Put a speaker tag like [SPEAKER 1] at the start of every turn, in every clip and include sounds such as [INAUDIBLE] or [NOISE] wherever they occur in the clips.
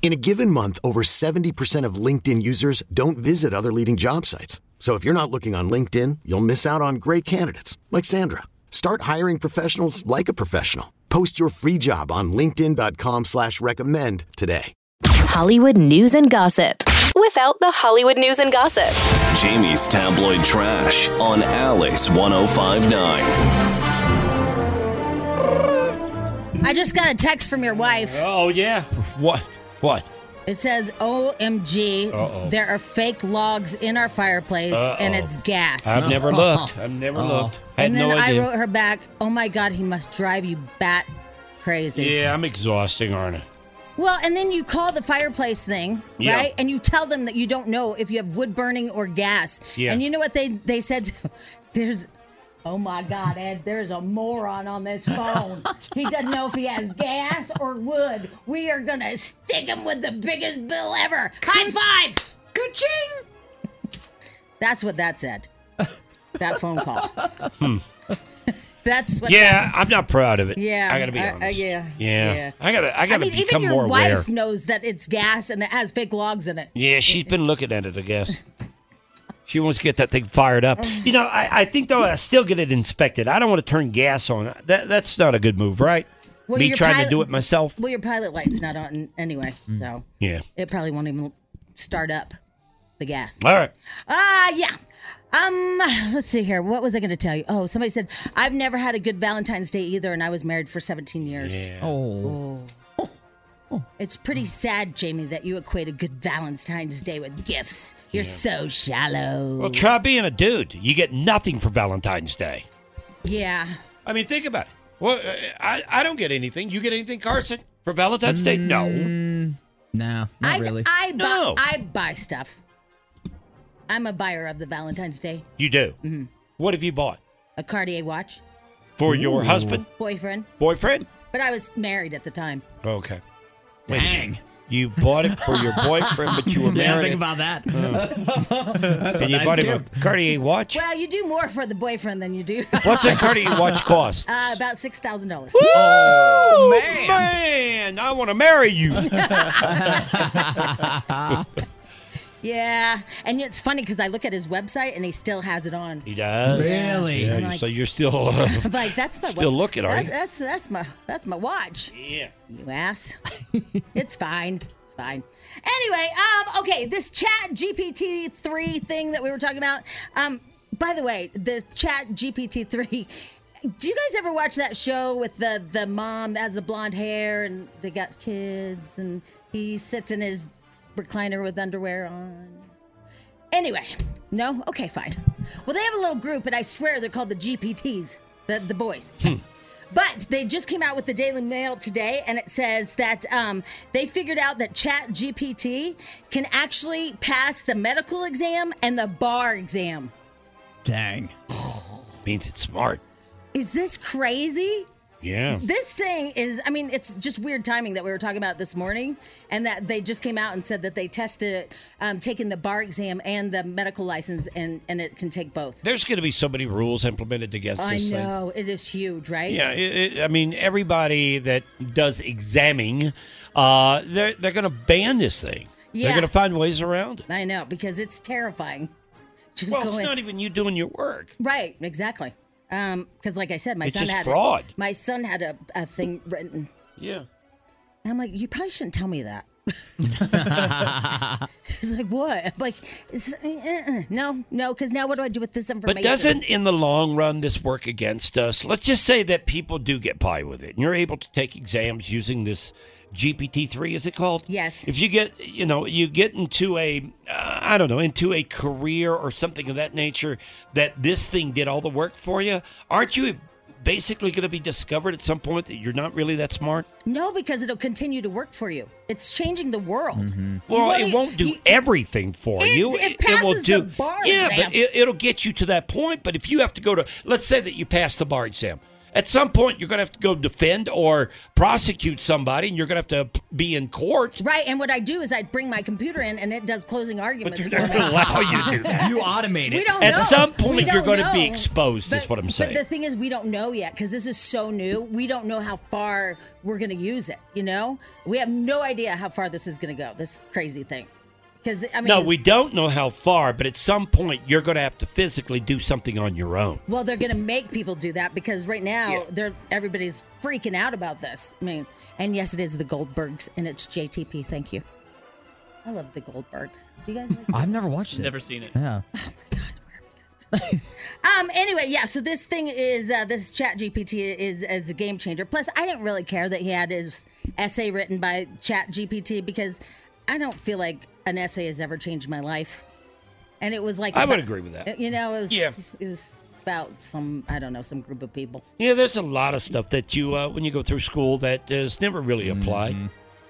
[SPEAKER 1] In a given month, over 70% of LinkedIn users don't visit other leading job sites. So if you're not looking on LinkedIn, you'll miss out on great candidates like Sandra. Start hiring professionals like a professional. Post your free job on linkedin.com slash recommend today.
[SPEAKER 2] Hollywood news and gossip without the Hollywood news and gossip.
[SPEAKER 3] Jamie's tabloid trash on Alice 1059.
[SPEAKER 4] I just got a text from your wife.
[SPEAKER 5] Oh yeah. What? What?
[SPEAKER 4] It says, OMG, there are fake logs in our fireplace and it's gas. [LAUGHS]
[SPEAKER 5] I've never looked. I've never looked. I had
[SPEAKER 4] Uh-huh. and then
[SPEAKER 5] no
[SPEAKER 4] I
[SPEAKER 5] idea.
[SPEAKER 4] wrote her back, oh my God, he must drive you bat crazy.
[SPEAKER 5] yeah, I'm exhausting, aren't I?
[SPEAKER 4] Well, and then you call the fireplace thing,
[SPEAKER 5] Yeah.
[SPEAKER 4] right? And you tell them that you don't know if you have wood burning or gas.
[SPEAKER 5] Yeah.
[SPEAKER 4] And you know what they, they said? [LAUGHS] There's, oh my God, Ed, there's a moron on this
[SPEAKER 5] [LAUGHS]
[SPEAKER 4] phone. he doesn't know if he has gas or wood. We are going to stick him with the biggest bill ever. High five! Ka-ching! [LAUGHS] That's what that said.
[SPEAKER 5] [LAUGHS]
[SPEAKER 4] That phone call. [LAUGHS] That's what
[SPEAKER 5] Hmm. Yeah, I'm not proud of it.
[SPEAKER 4] Yeah,
[SPEAKER 5] I gotta be
[SPEAKER 4] I- I-
[SPEAKER 5] honest.
[SPEAKER 4] yeah,
[SPEAKER 5] yeah.
[SPEAKER 4] yeah.
[SPEAKER 5] I gotta. I
[SPEAKER 4] I
[SPEAKER 5] gotta
[SPEAKER 4] mean, even
[SPEAKER 5] become
[SPEAKER 4] your
[SPEAKER 5] more aware.
[SPEAKER 4] wife knows that it's gas and that has fake logs in it.
[SPEAKER 5] Yeah, she's been looking at it. I
[SPEAKER 4] [LAUGHS]
[SPEAKER 5] guess. She wants to get that thing
[SPEAKER 4] [SIGHS]
[SPEAKER 5] fired up. You know, I, I think though I still get it inspected. I don't want to turn gas on. That that's not a good move, right?
[SPEAKER 4] Well,
[SPEAKER 5] Me
[SPEAKER 4] your
[SPEAKER 5] trying
[SPEAKER 4] pilot-
[SPEAKER 5] to do it myself. Mm.
[SPEAKER 4] Well, your pilot light's not on anyway, so
[SPEAKER 5] Yeah.
[SPEAKER 4] it probably won't even start up the gas.
[SPEAKER 5] All right.
[SPEAKER 4] Ah, yeah. Um, let's see here. What was I going to tell you? Oh, somebody said I've never had a good Valentine's Day either, and I was married for 17 years. Oh. It's pretty sad, Jamie, that you equate a good Valentine's Day with gifts. You're so shallow.
[SPEAKER 5] Well, try being a dude. You get nothing for Valentine's Day.
[SPEAKER 4] Yeah.
[SPEAKER 5] I mean, think about it. Well, uh, I I don't get anything. You get anything, Carson, for Valentine's Day? No.
[SPEAKER 6] Mm. No, not
[SPEAKER 4] I,
[SPEAKER 6] really.
[SPEAKER 4] I, buy,
[SPEAKER 5] No.
[SPEAKER 4] I buy stuff. I'm a buyer of the Valentine's Day.
[SPEAKER 5] You do.
[SPEAKER 6] Mm-hmm.
[SPEAKER 5] What have you bought
[SPEAKER 4] A Cartier watch,
[SPEAKER 5] for your husband,
[SPEAKER 4] boyfriend.
[SPEAKER 5] boyfriend?
[SPEAKER 4] But I was married at the time.
[SPEAKER 5] Okay. Wait Dang. You bought it for your boyfriend, but
[SPEAKER 6] [LAUGHS]
[SPEAKER 5] you were
[SPEAKER 6] yeah,
[SPEAKER 5] married,
[SPEAKER 6] think about that.
[SPEAKER 5] and you
[SPEAKER 6] nice
[SPEAKER 5] bought him a Cartier watch.
[SPEAKER 4] Well, you do more for the boyfriend than you do. [LAUGHS]
[SPEAKER 5] What's a Cartier watch cost?
[SPEAKER 4] Uh, about six thousand dollars.
[SPEAKER 5] oh man! Man, I want to marry
[SPEAKER 6] [LAUGHS]
[SPEAKER 5] you.
[SPEAKER 4] Yeah, and it's funny because I look at his website and he still has it on.
[SPEAKER 5] he does.
[SPEAKER 6] Really?
[SPEAKER 5] Yeah,
[SPEAKER 4] I'm like-
[SPEAKER 5] so you're still. [LAUGHS] Uh,
[SPEAKER 4] I'm like, that's my
[SPEAKER 5] Still looking, are
[SPEAKER 4] that-
[SPEAKER 5] you?
[SPEAKER 4] That's that's my that's my watch.
[SPEAKER 5] yeah.
[SPEAKER 4] You ass. [LAUGHS] it's fine. It's fine. Anyway, um, okay, this Chat GPT three thing that we were talking about. Um, by the way, the Chat GPT three. Do you guys ever watch that show with the the mom that has the blonde hair and they got kids and he sits in his recliner with underwear on? Anyway, no? Okay, fine. Well, they have a little group, and I swear they're called the GPTs, the, the boys. But they just came out with the Daily Mail today, and it says that um, they figured out that Chat GPT can actually pass the medical exam and the bar exam.
[SPEAKER 6] Dang.
[SPEAKER 5] Means it's smart.
[SPEAKER 4] Is this crazy? [LAUGHS]
[SPEAKER 5] Yeah.
[SPEAKER 4] This thing is, I mean, it's just weird timing that we were talking about this morning, and that they just came out and said that they tested it, um, taking the bar exam and the medical license, and, and it can take both.
[SPEAKER 5] There's going to be so many rules implemented against
[SPEAKER 4] I
[SPEAKER 5] this thing.
[SPEAKER 4] know it is huge, right?
[SPEAKER 5] Yeah, it, it, I mean, everybody that does examining, uh, they're they're going to ban this thing.
[SPEAKER 4] Yeah.
[SPEAKER 5] They're going to find ways around it.
[SPEAKER 4] I know because it's terrifying. [LAUGHS] Just
[SPEAKER 5] Well, it's
[SPEAKER 4] going
[SPEAKER 5] not even you doing your work.
[SPEAKER 4] right, exactly. Um, because like I said, my
[SPEAKER 5] It's
[SPEAKER 4] son
[SPEAKER 5] just
[SPEAKER 4] had
[SPEAKER 5] fraud.
[SPEAKER 4] my son had a, a thing written,
[SPEAKER 5] Yeah. [LAUGHS]
[SPEAKER 4] and I'm like, you probably shouldn't tell me that. [LAUGHS] She's like, what? I'm like, it's- uh-uh. no, no, because now what do I do with this information?
[SPEAKER 5] But doesn't in the long run this work against us? Let's just say that people do get by with it, and you're able to take exams using this GPT three, is it called?
[SPEAKER 4] Yes.
[SPEAKER 5] If you get, you know, you get into a, uh, I don't know, into a career or something of that nature, that this thing did all the work for you. Aren't you basically going to be discovered at some point that you're not really that smart?
[SPEAKER 4] No, because it'll continue to work for you. It's changing the world.
[SPEAKER 5] Well,
[SPEAKER 4] Well,
[SPEAKER 5] it
[SPEAKER 4] you-
[SPEAKER 5] won't do
[SPEAKER 4] you-
[SPEAKER 5] everything for
[SPEAKER 4] It-
[SPEAKER 5] you.
[SPEAKER 4] it
[SPEAKER 5] will
[SPEAKER 4] passes
[SPEAKER 5] do,
[SPEAKER 4] the bar
[SPEAKER 5] yeah,
[SPEAKER 4] exam.
[SPEAKER 5] but it, it'll get you to that point. But if you have to go to, let's say that you pass the bar exam, at some point you're going to have to go defend or prosecute somebody, and you're going to have to be in court.
[SPEAKER 4] Right, and what I do is I bring my computer in, and it does closing
[SPEAKER 5] But
[SPEAKER 4] arguments
[SPEAKER 5] they're
[SPEAKER 4] for
[SPEAKER 5] not
[SPEAKER 4] me.
[SPEAKER 5] going to allow you
[SPEAKER 4] [LAUGHS]
[SPEAKER 5] to do that.
[SPEAKER 6] you automate it.
[SPEAKER 4] We don't
[SPEAKER 5] At
[SPEAKER 4] know.
[SPEAKER 5] some
[SPEAKER 4] We
[SPEAKER 5] point, you're
[SPEAKER 4] don't
[SPEAKER 5] gonna be
[SPEAKER 4] know.
[SPEAKER 5] exposed, is what I'm saying.
[SPEAKER 4] But the thing is, we don't know yet because this is so new. We don't know how far we're going to use it. You know, we have no idea how far this is going to go. This crazy thing. Because I mean,
[SPEAKER 5] No, we don't know how far, but at some point you're going to have to physically do something on your own.
[SPEAKER 4] Well, they're going to make people do that because right now they're everybody's freaking out about this. I mean, and yes, it is the Goldbergs, and it's JTP. Thank you. I love the Goldbergs. Do you guys like?
[SPEAKER 6] I've never watched it.
[SPEAKER 7] Never seen it.
[SPEAKER 6] Yeah.
[SPEAKER 4] Um. Anyway, yeah. So this thing is uh, this Chat GPT is is a game changer. Plus, I didn't really care that he had his essay written by Chat GPT because I don't feel like an essay has ever changed my life. And it was like
[SPEAKER 5] I would
[SPEAKER 4] about-
[SPEAKER 5] agree with
[SPEAKER 4] [LAUGHS]
[SPEAKER 5] that.
[SPEAKER 4] You know, it was
[SPEAKER 5] Yeah.
[SPEAKER 4] it was about some I don't know some group of people
[SPEAKER 5] Yeah, there's a lot of stuff that you, uh, when you go through school, that is never really applied.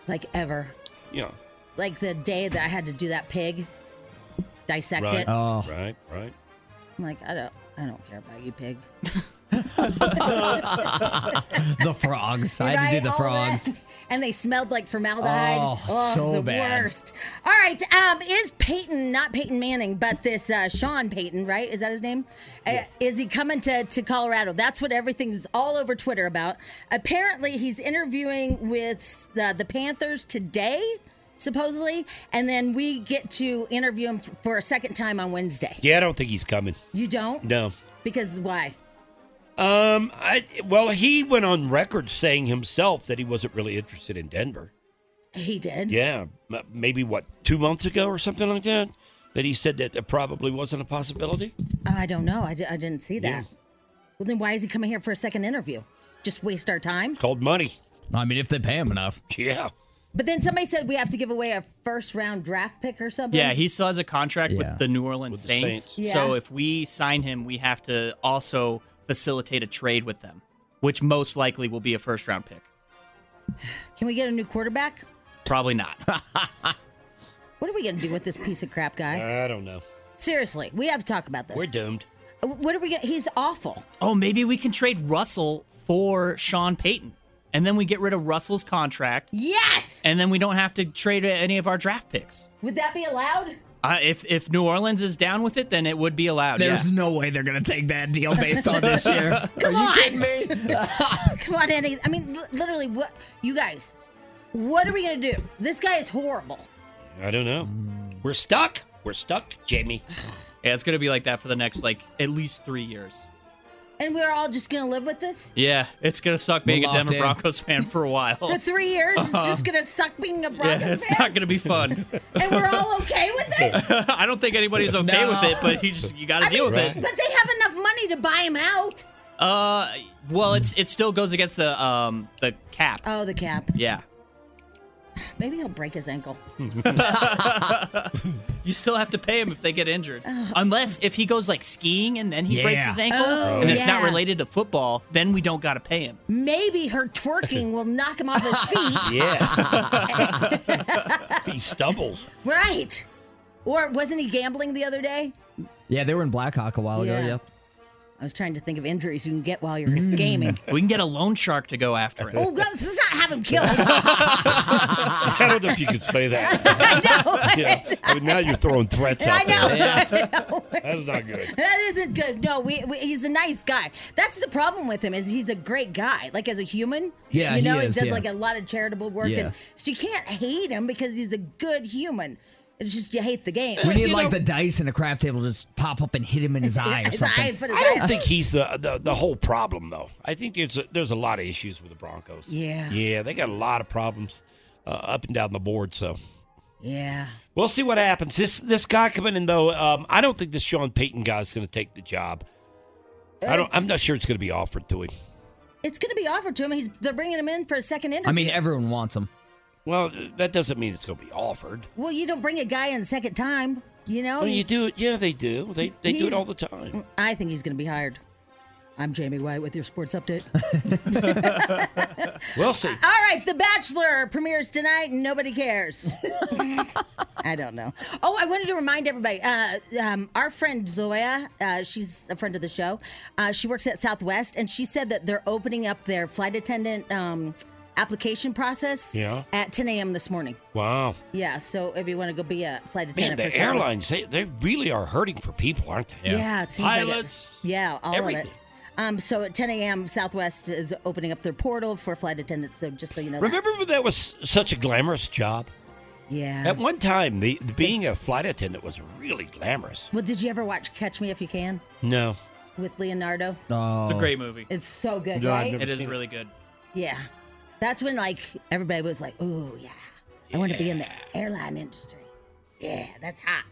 [SPEAKER 4] like ever
[SPEAKER 5] Yeah.
[SPEAKER 4] like the day that I had to do that pig dissect
[SPEAKER 5] Right.
[SPEAKER 4] it.
[SPEAKER 6] Oh,
[SPEAKER 5] Right, right.
[SPEAKER 4] I'm like I don't I don't care about you pig.
[SPEAKER 6] the frogs. I had to
[SPEAKER 4] Right?
[SPEAKER 6] do the
[SPEAKER 4] All
[SPEAKER 6] frogs.
[SPEAKER 4] that. And they smelled like formaldehyde.
[SPEAKER 6] Oh,
[SPEAKER 4] Oh,
[SPEAKER 6] so
[SPEAKER 4] it's the
[SPEAKER 6] bad.
[SPEAKER 4] worst. All right, um, is Peyton not Peyton Manning, but this uh, Sean Peyton, right? Is that his name? Uh, is he coming to to Colorado? That's what everything's all over Twitter about. Apparently, he's interviewing with the, the Panthers today, supposedly, and then we get to interview him f- for a second time on Wednesday.
[SPEAKER 5] Yeah, I don't think he's coming.
[SPEAKER 4] You don't?
[SPEAKER 5] No.
[SPEAKER 4] Because why?
[SPEAKER 5] Um, I well, he went on record saying himself that he wasn't really interested in Denver.
[SPEAKER 4] He did.
[SPEAKER 5] Yeah, m- maybe what two months ago or something like that. That he said that it probably wasn't a possibility.
[SPEAKER 4] Oh, I don't know. I, di- I didn't see that.
[SPEAKER 5] Yeah.
[SPEAKER 4] Well, then why is he coming here for a second interview? Just waste our time?
[SPEAKER 5] It's called money. [LAUGHS]
[SPEAKER 6] I mean, if they pay him enough.
[SPEAKER 5] Yeah,
[SPEAKER 4] But then somebody said we have to give away a first round draft pick or something.
[SPEAKER 7] Yeah, he still has a contract
[SPEAKER 6] Yeah.
[SPEAKER 7] with the New Orleans
[SPEAKER 5] With the
[SPEAKER 7] Saints.
[SPEAKER 4] Saints.
[SPEAKER 7] So
[SPEAKER 4] Yeah.
[SPEAKER 7] if we sign him, we have to also facilitate a trade with them, which most likely will be a first round pick.
[SPEAKER 4] Can we get a new quarterback?
[SPEAKER 7] Probably not.
[SPEAKER 6] [LAUGHS]
[SPEAKER 4] What are we going to do with this piece of crap
[SPEAKER 7] Uh,
[SPEAKER 4] guy?
[SPEAKER 5] I don't know.
[SPEAKER 4] Seriously, we have to talk about this. Uh,
[SPEAKER 5] We're doomed.
[SPEAKER 4] What are we going to He's awful.
[SPEAKER 7] oh, maybe we can trade Russell for Sean Payton. And then we get rid of Russell's contract.
[SPEAKER 4] Yes!
[SPEAKER 7] And then we don't have to trade any of our draft picks.
[SPEAKER 4] Would that be allowed?
[SPEAKER 7] Uh, if if New Orleans is down with it, then it would be allowed. yeah.
[SPEAKER 6] There's no way they're gonna take that deal based on [LAUGHS] this year.
[SPEAKER 4] Come on. [LAUGHS]
[SPEAKER 7] [LAUGHS]
[SPEAKER 4] Come on, Andy. I mean, li- literally, what? You guys, what are we going to do? This guy is horrible.
[SPEAKER 5] I don't know. We're stuck. We're stuck, Jamie.
[SPEAKER 7] Yeah, it's gonna be like that for the next like at least three years.
[SPEAKER 4] And we're all just going to live with this?
[SPEAKER 7] Yeah, it's gonna suck being
[SPEAKER 6] We're
[SPEAKER 7] a
[SPEAKER 6] locked
[SPEAKER 7] Denver
[SPEAKER 6] in.
[SPEAKER 7] Broncos fan for a while.
[SPEAKER 4] For three years, it's
[SPEAKER 7] [LAUGHS]
[SPEAKER 4] just going to suck being a Broncos
[SPEAKER 7] Oh. yeah, it's
[SPEAKER 4] fan?
[SPEAKER 7] not gonna be fun.
[SPEAKER 4] and we're all okay
[SPEAKER 7] [LAUGHS]
[SPEAKER 4] with this?
[SPEAKER 7] I don't think anybody's okay
[SPEAKER 6] No.
[SPEAKER 7] with it, but you just you gotta
[SPEAKER 4] I
[SPEAKER 7] deal
[SPEAKER 4] mean,
[SPEAKER 7] with
[SPEAKER 4] but
[SPEAKER 7] it.
[SPEAKER 4] they have enough money to buy him out.
[SPEAKER 7] Uh, well, it's it still goes against the um the cap.
[SPEAKER 4] Oh, the cap.
[SPEAKER 7] yeah,
[SPEAKER 4] Maybe he'll break his ankle.
[SPEAKER 7] you still have to pay him if they get injured, unless if he goes like skiing and then he breaks
[SPEAKER 6] Yeah.
[SPEAKER 7] his ankle,
[SPEAKER 4] Oh,
[SPEAKER 7] and it's not
[SPEAKER 4] yeah.
[SPEAKER 7] related to football, then we don't gotta pay him.
[SPEAKER 4] Maybe her twerking will knock him off
[SPEAKER 6] [LAUGHS]
[SPEAKER 4] his feet.
[SPEAKER 5] Yeah. [LAUGHS] he stumbles.
[SPEAKER 4] Right. Or wasn't he gambling the other day?
[SPEAKER 6] yeah, they were in Blackhawk a while
[SPEAKER 4] Yeah.
[SPEAKER 6] ago. Yep.
[SPEAKER 4] I was trying to think of injuries you can get while you're
[SPEAKER 6] Mm. [LAUGHS]
[SPEAKER 4] gaming.
[SPEAKER 7] We can get a loan shark to go after him.
[SPEAKER 4] Oh, God, let's not have him killed. [LAUGHS]
[SPEAKER 5] I don't know if you could say that.
[SPEAKER 4] I know.
[SPEAKER 5] [LAUGHS] Yeah. I mean, now you're throwing threats
[SPEAKER 4] I
[SPEAKER 5] out
[SPEAKER 4] know.
[SPEAKER 5] there. That's not good.
[SPEAKER 4] [LAUGHS] That isn't good. No, we, we, he's a nice guy. That's the problem with him is he's a great guy. Like as a human,
[SPEAKER 6] Yeah,
[SPEAKER 4] you
[SPEAKER 6] he
[SPEAKER 4] know,
[SPEAKER 6] is,
[SPEAKER 4] does
[SPEAKER 6] yeah.
[SPEAKER 4] like a lot of charitable work,
[SPEAKER 6] Yeah.
[SPEAKER 4] and so you can't hate him because he's a good human. It's just you hate the game.
[SPEAKER 6] We need like the dice and a crap table to just pop up and hit him in his eye or
[SPEAKER 4] His eye,
[SPEAKER 6] something.
[SPEAKER 4] but his
[SPEAKER 5] I don't
[SPEAKER 4] eye-
[SPEAKER 5] think he's the, the the whole problem though. I think there's a, there's a lot of issues with the Broncos.
[SPEAKER 4] Yeah.
[SPEAKER 5] yeah, they got a lot of problems. uh, up and down the board. So
[SPEAKER 4] Yeah.
[SPEAKER 5] we'll see what happens. This this guy coming in though, um, I don't think this Sean Payton guy is going to take the job. I don't. I'm not sure it's going to be offered to him.
[SPEAKER 4] It's going to be offered to him. He's they're bringing him in for a second interview.
[SPEAKER 6] I mean, everyone wants him.
[SPEAKER 5] Well, that doesn't mean it's going to be offered.
[SPEAKER 4] well, you don't bring a guy in second time, you know?
[SPEAKER 5] Well, you do it. Yeah, they do. They they do
[SPEAKER 4] Oh, He's- Mm,
[SPEAKER 5] it all the time.
[SPEAKER 4] I think he's going to be hired. I'm Jamie White with your sports update. [LAUGHS]
[SPEAKER 5] We'll see.
[SPEAKER 4] All right, The Bachelor premieres tonight, and nobody cares. [LAUGHS] I don't know. Oh, I wanted to remind everybody. Uh, um, our friend Zoya, uh, she's a friend of the show. Uh, she works at Southwest, and she said that they're opening up their flight attendant um, application process
[SPEAKER 5] Yeah.
[SPEAKER 4] at 10 a.m. this morning.
[SPEAKER 5] Wow,
[SPEAKER 4] Yeah, so if you want to go be a flight
[SPEAKER 5] man,
[SPEAKER 4] attendant for
[SPEAKER 5] the
[SPEAKER 4] Southwest-
[SPEAKER 5] airlines they, they really are hurting for people, aren't they?
[SPEAKER 4] Yeah, it seems
[SPEAKER 5] pilots.
[SPEAKER 4] like it. Yeah, all of
[SPEAKER 5] everything.
[SPEAKER 4] it. Um, so at 10 a.m., Southwest is opening up their portal for flight attendants. So just so you know, that.
[SPEAKER 5] Remember when that was such a glamorous job?
[SPEAKER 4] yeah.
[SPEAKER 5] At one time, the, the being a flight attendant was really glamorous.
[SPEAKER 4] Well, did you ever watch Catch Me If You Can
[SPEAKER 5] No,
[SPEAKER 4] with Leonardo?
[SPEAKER 6] No.
[SPEAKER 7] It's a great movie.
[SPEAKER 4] It's so good,
[SPEAKER 5] No, I've
[SPEAKER 4] right?
[SPEAKER 5] never-
[SPEAKER 7] It is
[SPEAKER 5] seen it.
[SPEAKER 7] really good.
[SPEAKER 4] Yeah. That's when like everybody was like, "Ooh, yeah. I want to be in the airline industry." Yeah, that's hot.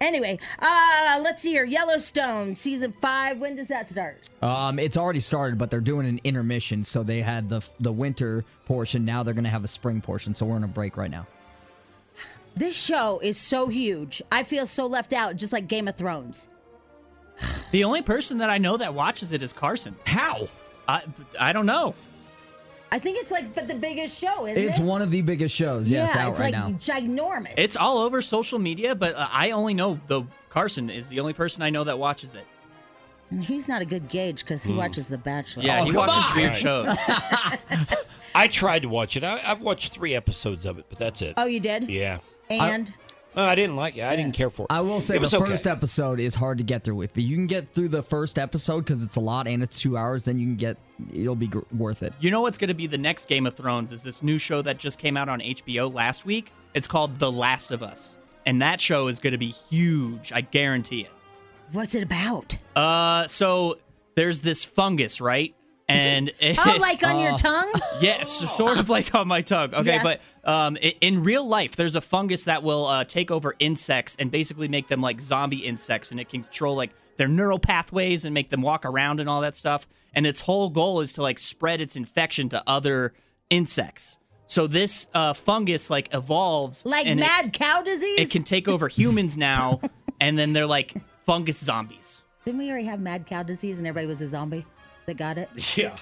[SPEAKER 4] Anyway, uh, let's see here. Yellowstone season 5, when does that start?
[SPEAKER 6] Um, it's already started, but they're doing an intermission. So they had the the winter portion. Now they're gonna have a spring portion. So we're on a break right now.
[SPEAKER 4] This show is so huge. I feel so left out just like Game of Thrones.
[SPEAKER 7] The only person that I know that watches it is Carson.
[SPEAKER 6] How?
[SPEAKER 7] I I don't know.
[SPEAKER 4] I think it's like but the biggest show, isn't
[SPEAKER 6] It's
[SPEAKER 4] it?
[SPEAKER 6] one of the biggest shows. Yeah, it's
[SPEAKER 4] yeah,
[SPEAKER 6] out
[SPEAKER 4] it's
[SPEAKER 6] right
[SPEAKER 4] like
[SPEAKER 6] now.
[SPEAKER 4] ginormous.
[SPEAKER 7] It's all over social media, but uh, I only know the Carson is the only person I know that watches it.
[SPEAKER 4] and he's not a good gauge cuz he watches The Bachelor.
[SPEAKER 7] Hmm. Yeah,
[SPEAKER 6] Oh,
[SPEAKER 7] he
[SPEAKER 6] come
[SPEAKER 7] watches
[SPEAKER 6] on.
[SPEAKER 7] weird shows.
[SPEAKER 5] I tried to watch it. I, I've watched three episodes of it, but that's it.
[SPEAKER 4] Oh, you did?
[SPEAKER 5] yeah,
[SPEAKER 4] And
[SPEAKER 5] No, I didn't like it. I didn't care for it.
[SPEAKER 6] I will say
[SPEAKER 5] it
[SPEAKER 6] the
[SPEAKER 5] was
[SPEAKER 6] first
[SPEAKER 5] okay.
[SPEAKER 6] episode is hard to get through with, but you can get through the first episode because it's a lot and it's two hours. Then you can get it'll be gr- worth it.
[SPEAKER 7] [LAUGHS] You know what's going to be the next Game of Thrones is this new show that just came out on HBO last week. It's called The Last of Us, and that show is going to be huge. I guarantee it.
[SPEAKER 4] what's it
[SPEAKER 7] [LAUGHS]
[SPEAKER 4] about?
[SPEAKER 7] Uh, so there's this fungus, right? And
[SPEAKER 4] [LAUGHS] Oh, like on
[SPEAKER 7] Uh,
[SPEAKER 4] your
[SPEAKER 7] [LAUGHS]
[SPEAKER 4] tongue?
[SPEAKER 7] Yes, sort of like on my tongue. Okay,
[SPEAKER 4] Oh. Yeah.
[SPEAKER 7] but um, i in real life, there's a fungus that will uh, take over insects and basically make them like zombie insects, and it can control like their neural pathways and make them walk around and all that stuff. And its whole goal is to like spread its infection to other insects. So this uh, fungus like evolves
[SPEAKER 4] Like
[SPEAKER 7] and it-
[SPEAKER 4] mad cow disease?
[SPEAKER 7] it can take over humans now,
[SPEAKER 4] [LAUGHS]
[SPEAKER 7] and then they're like fungus zombies.
[SPEAKER 4] Didn't we already have mad cow disease and everybody was a zombie that got
[SPEAKER 7] [LAUGHS]
[SPEAKER 4] it?
[SPEAKER 5] [LAUGHS] Yeah,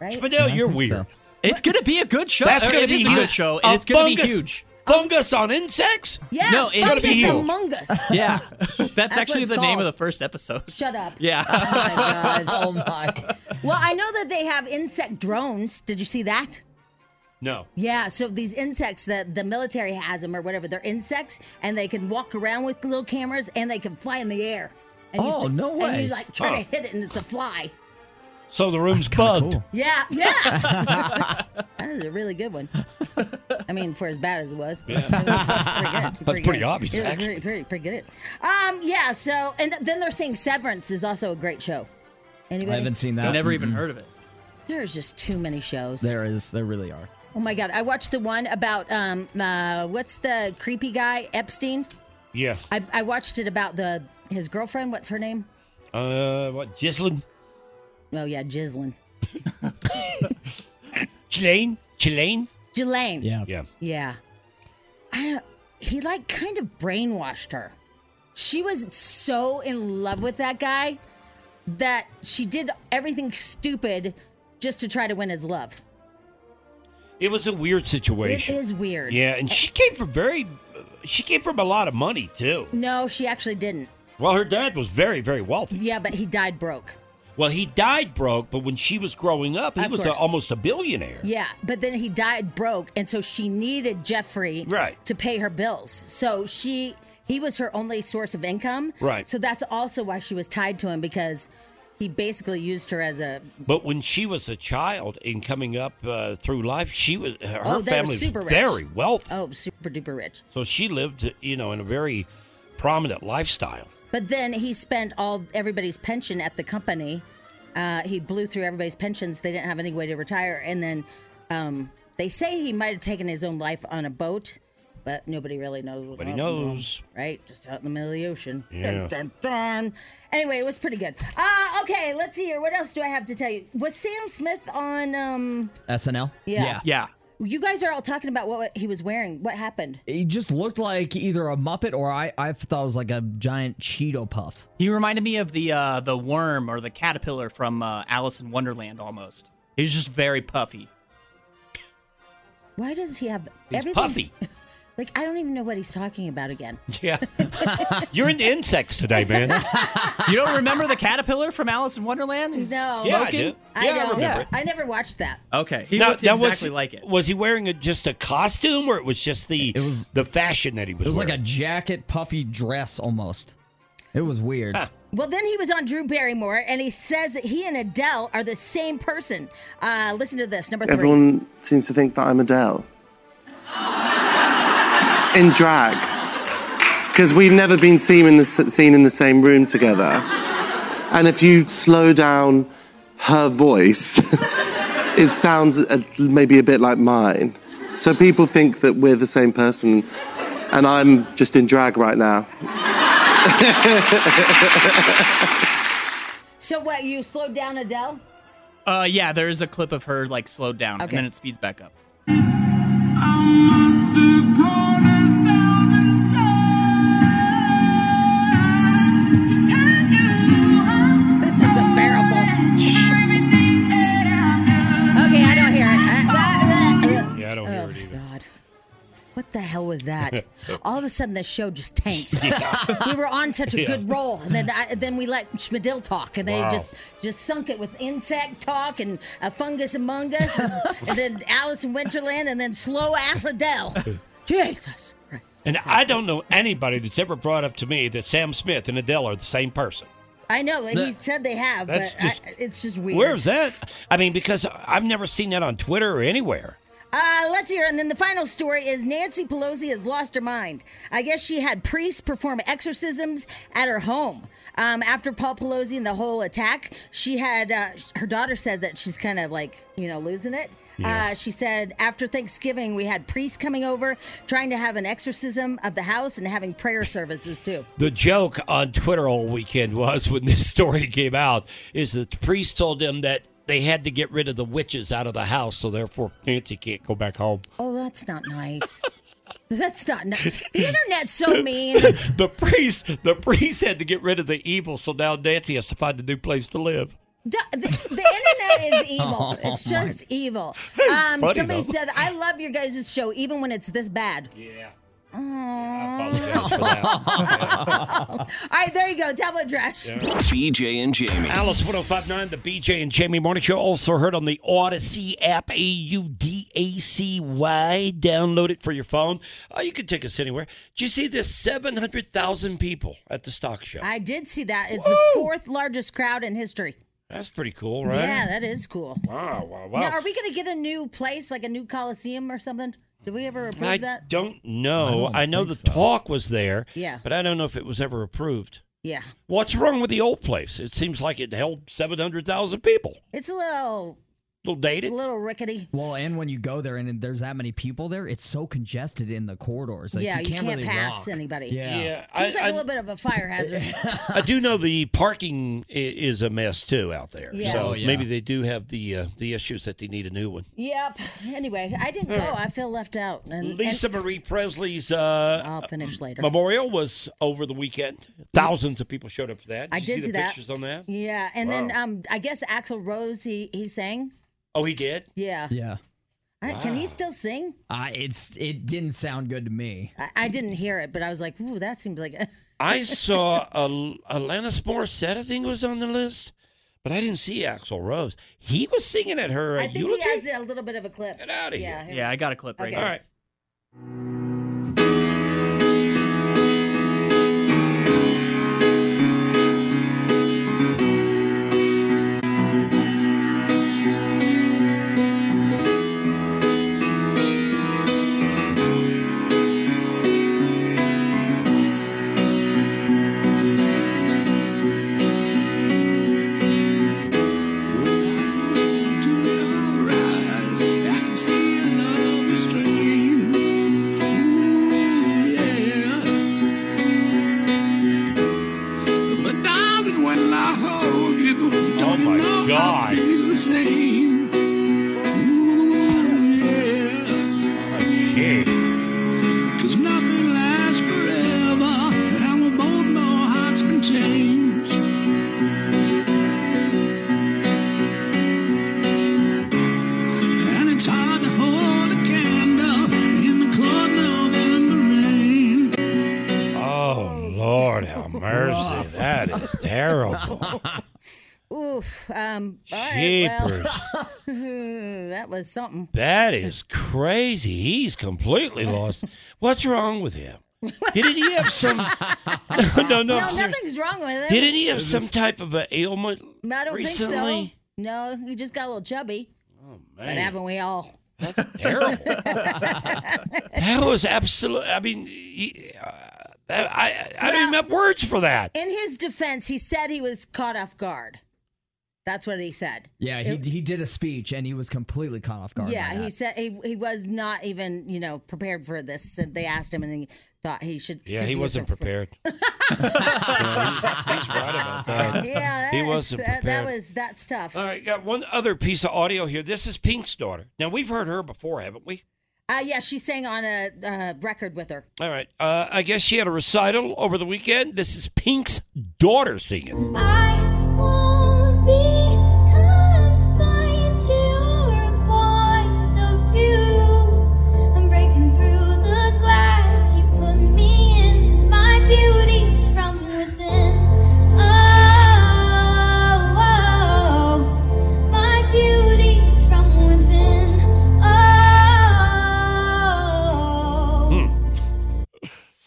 [SPEAKER 4] Right?
[SPEAKER 5] Fidel, you're
[SPEAKER 6] think
[SPEAKER 5] weird.
[SPEAKER 6] [LAUGHS] so.
[SPEAKER 7] It's gonna be a good show.
[SPEAKER 5] That's
[SPEAKER 7] Or
[SPEAKER 5] gonna
[SPEAKER 7] it
[SPEAKER 5] be
[SPEAKER 7] is a
[SPEAKER 5] huge.
[SPEAKER 7] good show, and
[SPEAKER 5] A
[SPEAKER 7] it's gonna be
[SPEAKER 5] fungus-
[SPEAKER 6] Oh.
[SPEAKER 7] huge.
[SPEAKER 5] Fungus on insects?
[SPEAKER 4] Yeah,
[SPEAKER 7] No, it's
[SPEAKER 4] fungus
[SPEAKER 7] gotta be you.
[SPEAKER 4] among
[SPEAKER 7] [LAUGHS]
[SPEAKER 4] us.
[SPEAKER 7] Yeah, that's,
[SPEAKER 4] what
[SPEAKER 7] actually
[SPEAKER 4] it's
[SPEAKER 7] the name
[SPEAKER 4] called.
[SPEAKER 7] of the first episode. [LAUGHS]
[SPEAKER 4] Shut up.
[SPEAKER 7] Yeah.
[SPEAKER 4] Oh my
[SPEAKER 7] [LAUGHS]
[SPEAKER 4] god.
[SPEAKER 6] Oh my!
[SPEAKER 4] Well, I know that they have insect drones. Did you see that?
[SPEAKER 5] No.
[SPEAKER 4] Yeah, so these insects that the military has them or whatever, they're insects and they can walk around with little cameras and they can fly in the air. And
[SPEAKER 6] Oh,
[SPEAKER 4] you,
[SPEAKER 6] no
[SPEAKER 4] And
[SPEAKER 6] way.
[SPEAKER 4] you like try
[SPEAKER 5] Huh.
[SPEAKER 4] to hit it and it's a fly.
[SPEAKER 5] So the room's bugged.
[SPEAKER 4] Yeah, yeah. that
[SPEAKER 6] [LAUGHS]
[SPEAKER 4] [LAUGHS] was a really good one. I mean, for as bad as it was, yeah.
[SPEAKER 5] [LAUGHS]
[SPEAKER 4] pretty good.
[SPEAKER 5] That's pretty obvious,
[SPEAKER 4] It was
[SPEAKER 5] actually.
[SPEAKER 4] pretty, pretty, pretty good. Um, yeah. So, and then they're saying Severance is also a great show. Anybody?
[SPEAKER 6] I haven't seen
[SPEAKER 7] I
[SPEAKER 6] that.
[SPEAKER 7] never
[SPEAKER 5] Mm-hmm.
[SPEAKER 7] even heard of it.
[SPEAKER 4] There's just too many shows.
[SPEAKER 6] There is. There really are.
[SPEAKER 4] Oh my god! I watched the one about um, uh, what's the creepy guy Epstein?
[SPEAKER 5] Yeah.
[SPEAKER 4] I, I watched it about the his girlfriend. What's her name?
[SPEAKER 5] Uh, what? Gislin?
[SPEAKER 4] Oh yeah, Gislin.
[SPEAKER 5] Chilane? Chilane?
[SPEAKER 4] Jelaine.
[SPEAKER 6] Yeah.
[SPEAKER 5] Yeah.
[SPEAKER 4] Yeah. I don't, he like kind of brainwashed her. She was so in love with that guy that she did everything stupid just to try to win his love.
[SPEAKER 5] It was a weird
[SPEAKER 4] It
[SPEAKER 5] situation.
[SPEAKER 4] is weird.
[SPEAKER 5] Yeah, and she came from very, she came from a lot of money too.
[SPEAKER 4] No, she actually didn't.
[SPEAKER 5] Well, her dad was very, very wealthy.
[SPEAKER 4] Yeah, but he died broke.
[SPEAKER 5] Well, he died broke, but when she was growing up, he
[SPEAKER 4] Of
[SPEAKER 5] was a,
[SPEAKER 4] course.
[SPEAKER 5] almost a billionaire.
[SPEAKER 4] Yeah, but then he died broke, and so she needed Jeffrey
[SPEAKER 5] Right.
[SPEAKER 4] to pay her bills. So she he was her only source of income.
[SPEAKER 5] Right.
[SPEAKER 4] So that's also why she was tied to him because he basically used her as a
[SPEAKER 5] But when she was a child and coming up uh, through life, she was her
[SPEAKER 4] Oh, they were
[SPEAKER 5] family
[SPEAKER 4] super
[SPEAKER 5] was
[SPEAKER 4] rich.
[SPEAKER 5] very wealthy.
[SPEAKER 4] oh super duper rich.
[SPEAKER 5] So she lived, you know, in a very prominent lifestyle.
[SPEAKER 4] But then he spent all everybody's pension at the company. Uh, he blew through everybody's pensions. They didn't have any way to retire, and then um, They say he might have taken his own life on a boat, but nobody really knows. what
[SPEAKER 5] Nobody
[SPEAKER 4] happened to him,
[SPEAKER 5] knows.
[SPEAKER 4] right? Just out in the middle of the ocean.
[SPEAKER 5] Yeah.
[SPEAKER 4] Dun, dun, dun. Anyway, it was pretty good. Uh, okay, let's see here. What else do I have to tell you? Was Sam Smith on? Um,
[SPEAKER 6] SNL.
[SPEAKER 4] Yeah.
[SPEAKER 7] Yeah.
[SPEAKER 4] you guys are all talking about what he was wearing. What happened?
[SPEAKER 6] He just looked like either a Muppet or I, I thought it was like a giant Cheeto puff.
[SPEAKER 7] He reminded me of the uh, the worm or the caterpillar from uh, Alice in Wonderland almost. He's just very puffy.
[SPEAKER 4] Why does he have
[SPEAKER 5] He's
[SPEAKER 4] everything?
[SPEAKER 5] puffy.
[SPEAKER 4] Like I don't even know what he's talking about again.
[SPEAKER 5] [LAUGHS] Yeah. You're into insects today, man.
[SPEAKER 4] [LAUGHS]
[SPEAKER 7] You don't remember the caterpillar from Alice in Wonderland? He's
[SPEAKER 4] No.
[SPEAKER 5] Yeah, I
[SPEAKER 7] smoking?
[SPEAKER 5] do. Yeah,
[SPEAKER 4] I
[SPEAKER 5] I,
[SPEAKER 4] don't.
[SPEAKER 5] remember it.
[SPEAKER 4] I never watched that.
[SPEAKER 7] Okay. He
[SPEAKER 5] Now,
[SPEAKER 7] looked
[SPEAKER 5] now,
[SPEAKER 7] exactly
[SPEAKER 5] was,
[SPEAKER 7] like it.
[SPEAKER 5] Was he wearing a, just a costume, or it was just the
[SPEAKER 6] It was-
[SPEAKER 5] the fashion that he was?
[SPEAKER 6] It was like a
[SPEAKER 5] wearing?
[SPEAKER 6] jacket, puffy dress almost. It was weird.
[SPEAKER 4] Well, then he was on Drew Barrymore, and he says that he and Adele are the same person. Uh, listen to this, number three.
[SPEAKER 8] Everyone seems to think that I'm Adele. in drag. Because we've never been seen in, the, s- seen in the same room together. And if you slow down her voice, [LAUGHS] it sounds a, maybe a bit like mine. So people think that we're the same person, and I'm just in drag right now.
[SPEAKER 4] So what? You slowed down Adele?
[SPEAKER 7] Uh, yeah, there is a clip of her like slowed down and
[SPEAKER 4] Okay.
[SPEAKER 7] then it speeds back up.
[SPEAKER 4] This is unbearable. Okay, I don't hear it. Uh, I- I- I-
[SPEAKER 5] Yeah, I don't hear it either.
[SPEAKER 4] Oh, God. What the hell was
[SPEAKER 5] [LAUGHS]
[SPEAKER 4] that? All of a sudden, the show just tanked. we were on such a good roll, and then I, then we let Schmidl talk, and they
[SPEAKER 5] Wow.
[SPEAKER 4] just just sunk it with insect talk and a fungus among us,
[SPEAKER 5] [LAUGHS]
[SPEAKER 4] and, and then Alice in Winterland, and then slow ass
[SPEAKER 5] [LAUGHS]
[SPEAKER 4] Adele. Jesus Christ!
[SPEAKER 5] And I don't know anybody that's ever brought up to me that Sam Smith and Adele are the same person.
[SPEAKER 4] I know he said they have, but
[SPEAKER 5] That's just-
[SPEAKER 4] I, it's just weird.
[SPEAKER 5] Where's that? I mean, because I've never seen that on Twitter or anywhere.
[SPEAKER 4] Uh, let's hear. And then the final story is Nancy Pelosi has lost her mind. I guess she had priests perform exorcisms at her home. Um, after Paul Pelosi and the whole attack, she had uh, sh- her daughter said that she's kind of like, you know, losing it. Uh, she said, after Thanksgiving, we had priests coming over trying to have an exorcism of the house and having prayer services too.
[SPEAKER 5] The joke on Twitter all weekend was when this [LAUGHS] story came out is that the priest told them that they had to get rid of the witches out of the house, so therefore Nancy can't go back home.
[SPEAKER 4] Oh, that's not nice. that's not nice. The internet's so mean.
[SPEAKER 5] The priest, the priest had to get rid of the evil, so now Nancy has to find a new place to live.
[SPEAKER 4] D- The, the internet
[SPEAKER 5] [LAUGHS]
[SPEAKER 4] is evil. it's just evil. Um,
[SPEAKER 5] Oh funny,
[SPEAKER 4] somebody
[SPEAKER 5] though.
[SPEAKER 4] said, "I love your guys' show, even when it's this bad."
[SPEAKER 5] Yeah. I apologize for that.
[SPEAKER 4] All right, there you go, tablet trash.
[SPEAKER 3] BJ and Jamie.
[SPEAKER 5] Alice 1059, the BJ and Jamie Morning Show. Also heard on the Odyssey app, A U D A C Y. Download it for your phone. Oh, you can take us anywhere. Do you see this 700,000 people at the stock show?
[SPEAKER 4] I did see that. It's the fourth largest crowd in history.
[SPEAKER 5] That's pretty cool, right?
[SPEAKER 4] Yeah, that is cool.
[SPEAKER 5] Wow, wow, wow.
[SPEAKER 4] Now, are we going to get a new place, like a new coliseum or something? Did we ever approve
[SPEAKER 5] I
[SPEAKER 4] that?
[SPEAKER 5] don't know. I, know the talk was there,
[SPEAKER 4] Yeah.
[SPEAKER 5] but I don't know if it was ever approved.
[SPEAKER 4] Yeah,
[SPEAKER 5] What's wrong with the old place? It seems like it held 700,000 people.
[SPEAKER 4] it's a little,
[SPEAKER 5] little
[SPEAKER 4] a
[SPEAKER 5] dated.
[SPEAKER 4] little rickety.
[SPEAKER 6] Well, and when you go there and there's that many people there, it's so congested in the corridors. Like,
[SPEAKER 4] yeah, you can't,
[SPEAKER 6] really
[SPEAKER 4] pass
[SPEAKER 6] walk.
[SPEAKER 4] anybody.
[SPEAKER 6] Yeah.
[SPEAKER 4] Seems
[SPEAKER 5] I-
[SPEAKER 4] like
[SPEAKER 5] I-
[SPEAKER 4] a little bit of a fire
[SPEAKER 5] [LAUGHS]
[SPEAKER 4] hazard.
[SPEAKER 5] I do know the parking i- is a mess too out there.
[SPEAKER 4] Yeah.
[SPEAKER 5] So
[SPEAKER 4] Oh,
[SPEAKER 6] yeah.
[SPEAKER 5] maybe they do have the uh, the issues that they need a new one.
[SPEAKER 4] yep. Anyway, I didn't go. I feel left out. And, and-
[SPEAKER 5] Lisa Marie Presley's uh,
[SPEAKER 4] I'll finish later.
[SPEAKER 5] memorial was over the weekend. Thousands of people showed up for that. Did
[SPEAKER 4] I
[SPEAKER 5] you
[SPEAKER 4] did
[SPEAKER 5] see,
[SPEAKER 4] see
[SPEAKER 5] the
[SPEAKER 4] that.
[SPEAKER 5] pictures on that.
[SPEAKER 4] Yeah, and then um, I guess Axl Rose he he sang.
[SPEAKER 5] Oh, he did.
[SPEAKER 4] Yeah,
[SPEAKER 6] Yeah.
[SPEAKER 4] I- can he still sing?
[SPEAKER 6] I it's it didn't sound good to me.
[SPEAKER 4] I, I didn't hear it, but I was like, ooh, that seems like. [LAUGHS]
[SPEAKER 5] I saw Al- Alanis Morissette. I think was on the list, but I didn't see Axl Rose. He was singing at her.
[SPEAKER 4] I think
[SPEAKER 5] eulogy?
[SPEAKER 4] he has a little bit of a clip.
[SPEAKER 5] Get outta here.
[SPEAKER 4] yeah,
[SPEAKER 7] Yeah, I got a clip right
[SPEAKER 4] Okay.
[SPEAKER 7] here.
[SPEAKER 5] All right.
[SPEAKER 8] I can see another
[SPEAKER 5] Oh, Oh,
[SPEAKER 9] It's hard to hold a candle in the cold November rain.
[SPEAKER 5] Oh
[SPEAKER 4] [LAUGHS]
[SPEAKER 5] Lord, have mercy! That is terrible.
[SPEAKER 4] Oof. Um, all right, well, [LAUGHS] that was something.
[SPEAKER 5] That is crazy. He's completely lost. What's wrong with him? Didn't he have some? [LAUGHS] no, no,
[SPEAKER 4] No,
[SPEAKER 5] no. seriously.
[SPEAKER 4] nothing's wrong with it.
[SPEAKER 5] Didn't he have some type of an ailment?
[SPEAKER 4] I don't think
[SPEAKER 5] recently?
[SPEAKER 4] so. No, he just got a little chubby. Oh, But
[SPEAKER 5] man.
[SPEAKER 4] haven't we all? [LAUGHS]
[SPEAKER 5] That was absolute. I mean, he, uh, that- I I don't even have words for that.
[SPEAKER 4] In his defense, he said he was caught off guard. That's what he said.
[SPEAKER 6] Yeah, he, he did a speech and he was completely caught off guard. by
[SPEAKER 4] yeah,
[SPEAKER 6] that.
[SPEAKER 4] he said he, he was not even you know prepared for this. And they asked him, and he thought he should.
[SPEAKER 5] Yeah,
[SPEAKER 4] because
[SPEAKER 5] he
[SPEAKER 4] was
[SPEAKER 5] wasn't
[SPEAKER 4] so fr- [LAUGHS]
[SPEAKER 5] prepared. Yeah, he- he's right about that.
[SPEAKER 4] Yeah,
[SPEAKER 5] [LAUGHS] he
[SPEAKER 4] that-
[SPEAKER 5] wasn't
[SPEAKER 4] that, that
[SPEAKER 5] prepared.
[SPEAKER 4] was that's tough.
[SPEAKER 5] All right, got one other piece of audio here. This is Pink's daughter. Now we've heard her before, haven't we?
[SPEAKER 4] Uh, yeah, she sang on a uh, record with her.
[SPEAKER 5] All right. Uh, I guess she had a recital over the weekend. This is Pink's daughter singing.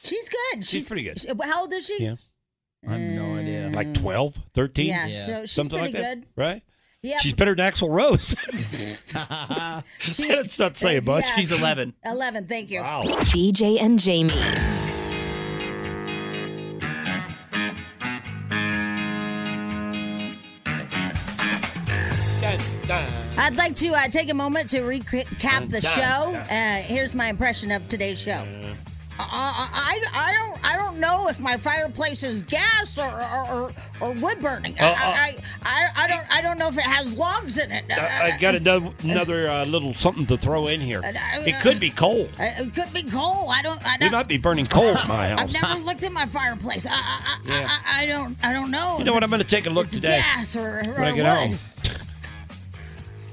[SPEAKER 4] She's good. She's,
[SPEAKER 5] pretty good.
[SPEAKER 4] she- how old is she?
[SPEAKER 5] Yeah. I have
[SPEAKER 4] Mm.
[SPEAKER 5] no idea. Like 12, 13?
[SPEAKER 4] Mm-hmm. Yeah, Yeah. so she's
[SPEAKER 5] something
[SPEAKER 4] pretty
[SPEAKER 5] like that,
[SPEAKER 4] good.
[SPEAKER 5] right?
[SPEAKER 4] Yeah.
[SPEAKER 5] She's better than Axl Rose. [LAUGHS]
[SPEAKER 4] She-
[SPEAKER 5] That's not saying much.
[SPEAKER 4] yeah.
[SPEAKER 5] She's 11.
[SPEAKER 4] Eleven. Thank you.
[SPEAKER 2] BJ and Jamie.
[SPEAKER 4] I'd like to uh, take a moment to recap
[SPEAKER 9] Dun,
[SPEAKER 4] the show.
[SPEAKER 9] dun.
[SPEAKER 4] Uh, here's my impression of today's show. Uh, I, I don't I don't know if my fireplace is gas or or, or, or wood burning.
[SPEAKER 5] Uh, uh,
[SPEAKER 4] I, I, I I don't I don't know if it has logs in it.
[SPEAKER 5] I, I got another, another uh, little something to throw in here. It could be coal.
[SPEAKER 4] Uh, it could be coal. I don't. I
[SPEAKER 5] We
[SPEAKER 4] don't
[SPEAKER 5] might be burning coal at my
[SPEAKER 4] I've
[SPEAKER 5] house.
[SPEAKER 4] never looked at my fireplace. I I, I,
[SPEAKER 5] Yeah.
[SPEAKER 4] I, I don't I don't know.
[SPEAKER 5] You know
[SPEAKER 4] if
[SPEAKER 5] what? I'm
[SPEAKER 4] it's
[SPEAKER 5] going to take a look today.
[SPEAKER 4] Gas or, or
[SPEAKER 5] when I get
[SPEAKER 4] wood.
[SPEAKER 5] home.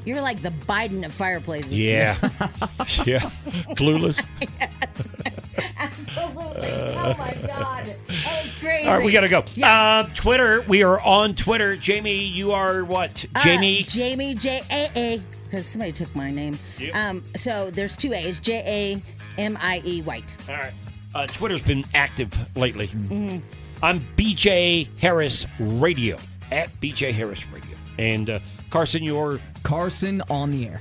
[SPEAKER 4] You're like the Biden of fireplaces.
[SPEAKER 5] Yeah. yeah. Clueless.
[SPEAKER 4] Absolutely. oh
[SPEAKER 5] [LAUGHS]
[SPEAKER 4] my God. That was crazy.
[SPEAKER 5] All right, we got to go. Uh, Twitter. We are on Twitter. Jamie, you are what? Jamie.
[SPEAKER 4] Uh, Jamie J A A because somebody took my name.
[SPEAKER 5] Yep.
[SPEAKER 4] Um, so there's two A's J A M I E White.
[SPEAKER 5] All right. Uh, Twitter's been active lately. I'm BJ Harris Radio at BJ Harris Radio. And uh, Carson, you're
[SPEAKER 6] Carson on the air.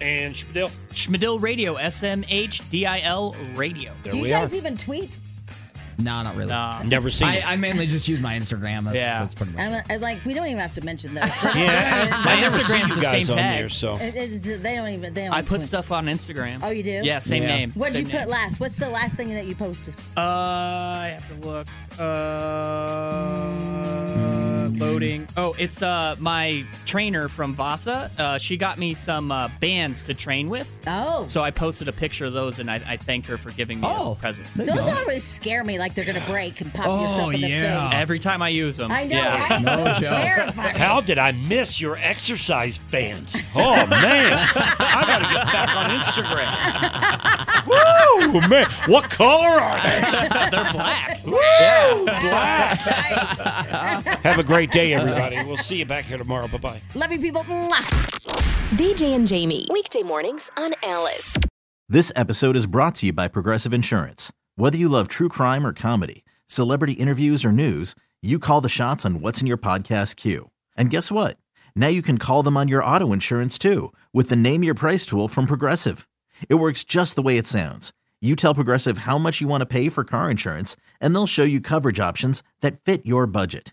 [SPEAKER 5] and Schmidl.
[SPEAKER 7] Schmidl Radio, S M H D I L Radio.
[SPEAKER 6] There Do you we guys are.
[SPEAKER 4] even tweet?
[SPEAKER 6] Nah, not really.
[SPEAKER 7] Nah.
[SPEAKER 5] Never seen
[SPEAKER 6] I,
[SPEAKER 5] it.
[SPEAKER 6] I mainly just use my Instagram. That's,
[SPEAKER 5] Yeah.
[SPEAKER 6] that's pretty much.
[SPEAKER 4] I'm, I like we don't even have to mention those.
[SPEAKER 5] [LAUGHS] Yeah,
[SPEAKER 7] [LAUGHS] My
[SPEAKER 5] I never see
[SPEAKER 7] Instagram's
[SPEAKER 5] you
[SPEAKER 7] the
[SPEAKER 5] guys
[SPEAKER 7] same
[SPEAKER 5] on
[SPEAKER 7] tag.
[SPEAKER 5] there, so
[SPEAKER 4] It- it- they don't even. They don't
[SPEAKER 7] I put
[SPEAKER 4] tweet.
[SPEAKER 7] stuff on Instagram.
[SPEAKER 4] Oh, you do?
[SPEAKER 7] Yeah, same name.
[SPEAKER 4] What'd
[SPEAKER 7] same
[SPEAKER 4] you put
[SPEAKER 7] name.
[SPEAKER 4] last? What's the last thing that you posted?
[SPEAKER 7] Uh, I have to look. Uh, loading. Oh, it's uh my trainer from Vasa. Uh, she got me some uh, bands to train with.
[SPEAKER 4] Oh.
[SPEAKER 7] So I posted a picture of those, and I, I thanked her for giving me a present.
[SPEAKER 4] Those always scare me, like they're gonna break and pop
[SPEAKER 7] Oh
[SPEAKER 4] yourself in the
[SPEAKER 7] yeah!
[SPEAKER 4] face.
[SPEAKER 7] Every time I use them,
[SPEAKER 4] I know,
[SPEAKER 7] Yeah.
[SPEAKER 4] right? No They're joke. terrifying.
[SPEAKER 5] how did I miss your exercise bands? Oh man, I gotta get back on Instagram. Woo man, what color are they?
[SPEAKER 7] They're black.
[SPEAKER 5] Woo, black. Have a great day, everybody. We'll see you back here tomorrow. Bye bye.
[SPEAKER 4] Love you, people. Mwah.
[SPEAKER 2] BJ and Jamie. Weekday mornings on Alice.
[SPEAKER 10] This episode is brought to you by Progressive Insurance. Whether you love true crime or comedy, celebrity interviews or news, you call the shots on what's in your podcast queue. And guess what? Now you can call them on your auto insurance too with the Name Your Price tool from Progressive. It works just the way it sounds. You tell Progressive how much you want to pay for car insurance, and they'll show you coverage options that fit your budget.